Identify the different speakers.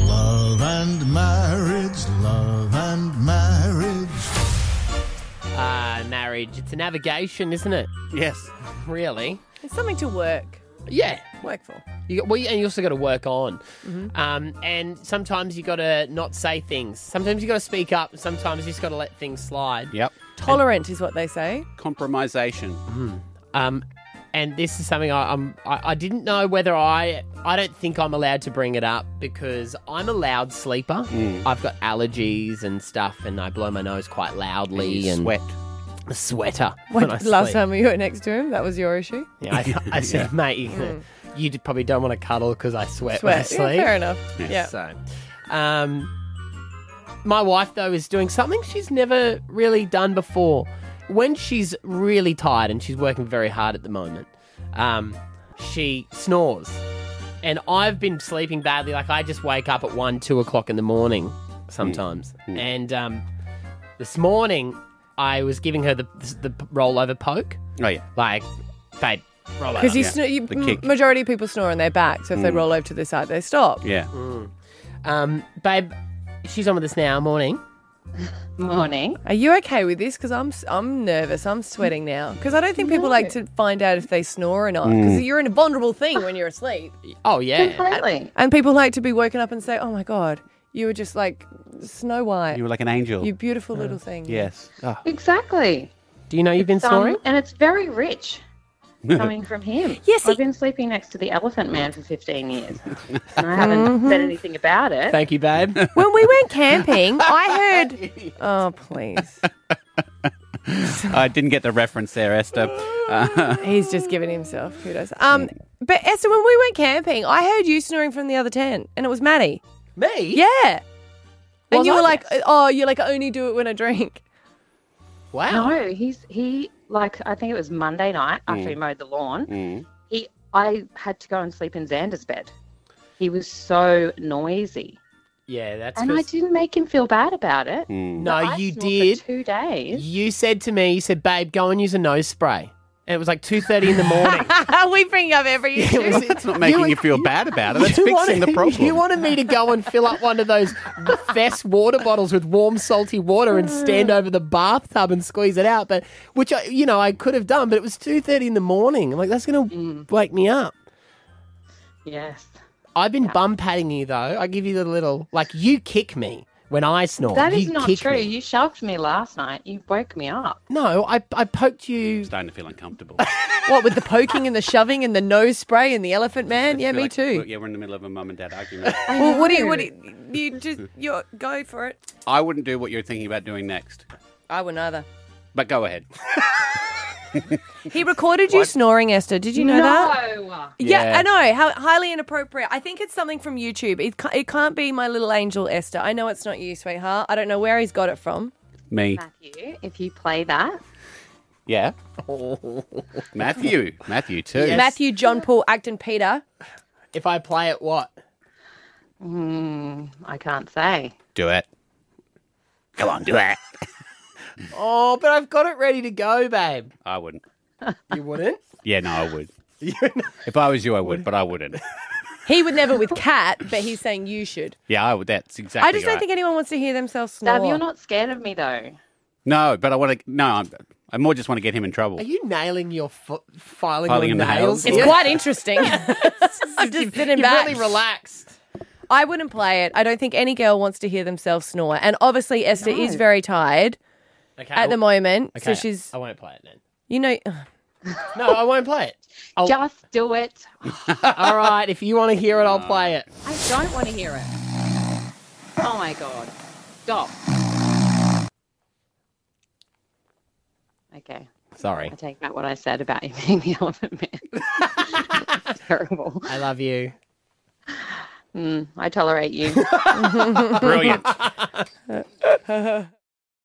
Speaker 1: Love and marriage, love and marriage.
Speaker 2: Ah, marriage. It's a navigation, isn't it?
Speaker 3: Yes.
Speaker 2: Really?
Speaker 4: It's something to work
Speaker 2: Yeah.
Speaker 4: work for.
Speaker 2: You got, well, you- and you also got to work on. Um, and sometimes you got to not say things. Sometimes you got to speak up. Sometimes you just got to let things slide.
Speaker 3: Yep.
Speaker 4: Tolerant is what they say.
Speaker 3: Compromisation.
Speaker 2: Um, and this is something I, I'm. I, I didn't know whether I. I don't think I'm allowed to bring it up because I'm a loud sleeper. I've got allergies and stuff, and I blow my nose quite loudly and
Speaker 3: Sweat.
Speaker 2: a sweater
Speaker 4: When
Speaker 2: when I
Speaker 4: last
Speaker 2: sleep.
Speaker 4: time we were next to him, that was your issue.
Speaker 2: Yeah, I, I said, mate, you- you d- probably don't want to cuddle because I sweat, when I
Speaker 4: Mm. Sweat. Yeah,
Speaker 2: sleep.
Speaker 4: fair enough. Yeah.
Speaker 2: So, um, my wife though is doing something she's never really done before. When she's really tired and she's working very hard at the moment, um, she snores, and I've been sleeping badly. Like I just wake up at one, two o'clock in the morning sometimes, and um, this morning I was giving her the the rollover poke,
Speaker 3: Oh, yeah.
Speaker 2: like, babe, roll over.
Speaker 4: Because you,
Speaker 3: Yeah.
Speaker 4: snor you
Speaker 3: The kick.
Speaker 4: majority of people snore on their back, so if they roll over to the side, they stop.
Speaker 3: Yeah.
Speaker 2: Um, babe, she's on with us now. Morning.
Speaker 5: Morning.
Speaker 4: Are you okay with this? Because I'm s- I'm nervous. I'm sweating now. Because I don't think people like to find out if they snore or not. Because you're in a vulnerable thing when you're asleep,
Speaker 2: Oh yeah.
Speaker 5: Completely.
Speaker 4: and people like to be woken up and say, "Oh my god, you were just like Snow White,
Speaker 3: You
Speaker 4: you,
Speaker 3: were like an angel.
Speaker 4: beautiful little thing."
Speaker 3: yes. Oh.
Speaker 5: Exactly.
Speaker 2: Do you know you've been
Speaker 5: Um,
Speaker 2: snoring?
Speaker 5: and it's very rich coming from him.
Speaker 4: Yes,
Speaker 5: I've
Speaker 4: he-
Speaker 5: been sleeping next to the elephant man for 15 years. And I haven't said anything about it.
Speaker 2: Mm-hmm. Thank you, babe.
Speaker 4: When we went camping, I heard. Oh please.
Speaker 3: I didn't get the reference there, Esther. Uh,
Speaker 4: He's just giving himself kudos. Um, but Esther, when we went camping, I heard you snoring from the other tent, and it was Maddie.
Speaker 2: Me?
Speaker 4: Yeah, and
Speaker 2: Was
Speaker 4: you
Speaker 2: I?
Speaker 4: were like, "Oh, you're like I only do it when I drink."
Speaker 2: Wow.
Speaker 5: No, he's he like I think it was Monday night after
Speaker 2: Mm.
Speaker 5: he mowed the lawn. He I had to go and sleep in Xander's bed. He was so noisy,
Speaker 2: Yeah, that's
Speaker 5: and I
Speaker 2: 'cause-
Speaker 5: didn't make him feel bad about it.
Speaker 2: No,
Speaker 5: I
Speaker 2: you
Speaker 5: snored for
Speaker 2: did.
Speaker 5: two days.
Speaker 2: You said to me, you said, babe, go and use a nose spray. And it was like 2.30 in the morning.
Speaker 4: we bring up every
Speaker 2: It was-
Speaker 4: issue.
Speaker 3: it's not making you, feel bad about it. That's fixing
Speaker 2: wanted-
Speaker 3: the problem.
Speaker 2: You wanted me to go and fill up one of those fast water bottles with warm, salty water and stand over the bathtub and squeeze it out. But which I, you know, I could have done. But it was two thirty in the morning. I'm like, that's going to
Speaker 5: Mm.
Speaker 2: wake me up.
Speaker 5: Yes,
Speaker 2: I've been bum patting you though. I give you the little like you kick me when I snore.
Speaker 5: that is
Speaker 2: You
Speaker 5: not
Speaker 2: kick
Speaker 5: true.
Speaker 2: me.
Speaker 5: You shoved me last night. You woke me up.
Speaker 2: No, I I poked you.
Speaker 3: Starting to feel uncomfortable.
Speaker 4: what with the poking and the shoving and the nose spray and the elephant man? Yeah,
Speaker 3: Feel
Speaker 4: me
Speaker 3: like-
Speaker 4: too.
Speaker 3: Yeah, we're in the middle of a mum and dad argument.
Speaker 4: Well, what do you? What do you? You just you go for it.
Speaker 3: I wouldn't do what you're thinking about doing next,
Speaker 4: I wouldn't either.
Speaker 3: but go ahead.
Speaker 4: He recorded you snoring, Esther. Did you know that? Yeah,
Speaker 3: Yeah.
Speaker 4: I know. How highly inappropriate. I think it's something from YouTube. It, ca- it can't be my little angel Esther. I know it's not you, sweetheart. I don't know where he's got it from.
Speaker 3: Me.
Speaker 5: Matthew, if you play that,
Speaker 3: Yeah. Matthew. Matthew, too.
Speaker 2: Yes.
Speaker 4: Matthew, John, Paul, Acton, Peter.
Speaker 2: If I play it, what?
Speaker 5: I can't say.
Speaker 3: Do it. Come on, do it.
Speaker 2: Oh, but I've got it ready to go, babe.
Speaker 3: I wouldn't.
Speaker 2: You wouldn't?
Speaker 3: Yeah, no, I would. if I was you, I would, but I wouldn't.
Speaker 4: He would never with cat, but he's saying you should.
Speaker 3: Yeah, I would. That's exactly.
Speaker 4: I just don't
Speaker 3: right.
Speaker 4: think anyone wants to hear themselves snore.
Speaker 5: Dab, you're not scared of me though.
Speaker 3: No, but I want to. No, I'm, I more just want to get him in trouble.
Speaker 2: Are you nailing your fo- filing,
Speaker 3: Filing
Speaker 2: your
Speaker 3: your
Speaker 2: nails?
Speaker 3: nails.
Speaker 4: it's quite interesting. I'm just
Speaker 2: You're
Speaker 4: sitting back.
Speaker 2: really relaxed.
Speaker 4: I wouldn't play it. I don't think any girl wants to hear themselves snore. And obviously, Esther is very tired
Speaker 2: Okay.
Speaker 4: at the moment.
Speaker 2: okay,
Speaker 4: So she's,
Speaker 2: I won't play it then.
Speaker 4: you know,
Speaker 2: No, I won't play it. Oh.
Speaker 5: Just do it.
Speaker 2: All right, if you want to hear it, I'll play it.
Speaker 5: I don't want to hear it. Oh my god. Stop. Okay.
Speaker 2: Sorry.
Speaker 5: I take back what I said about you being the elephant man. Terrible.
Speaker 2: I love you.
Speaker 5: I tolerate you.
Speaker 3: Brilliant.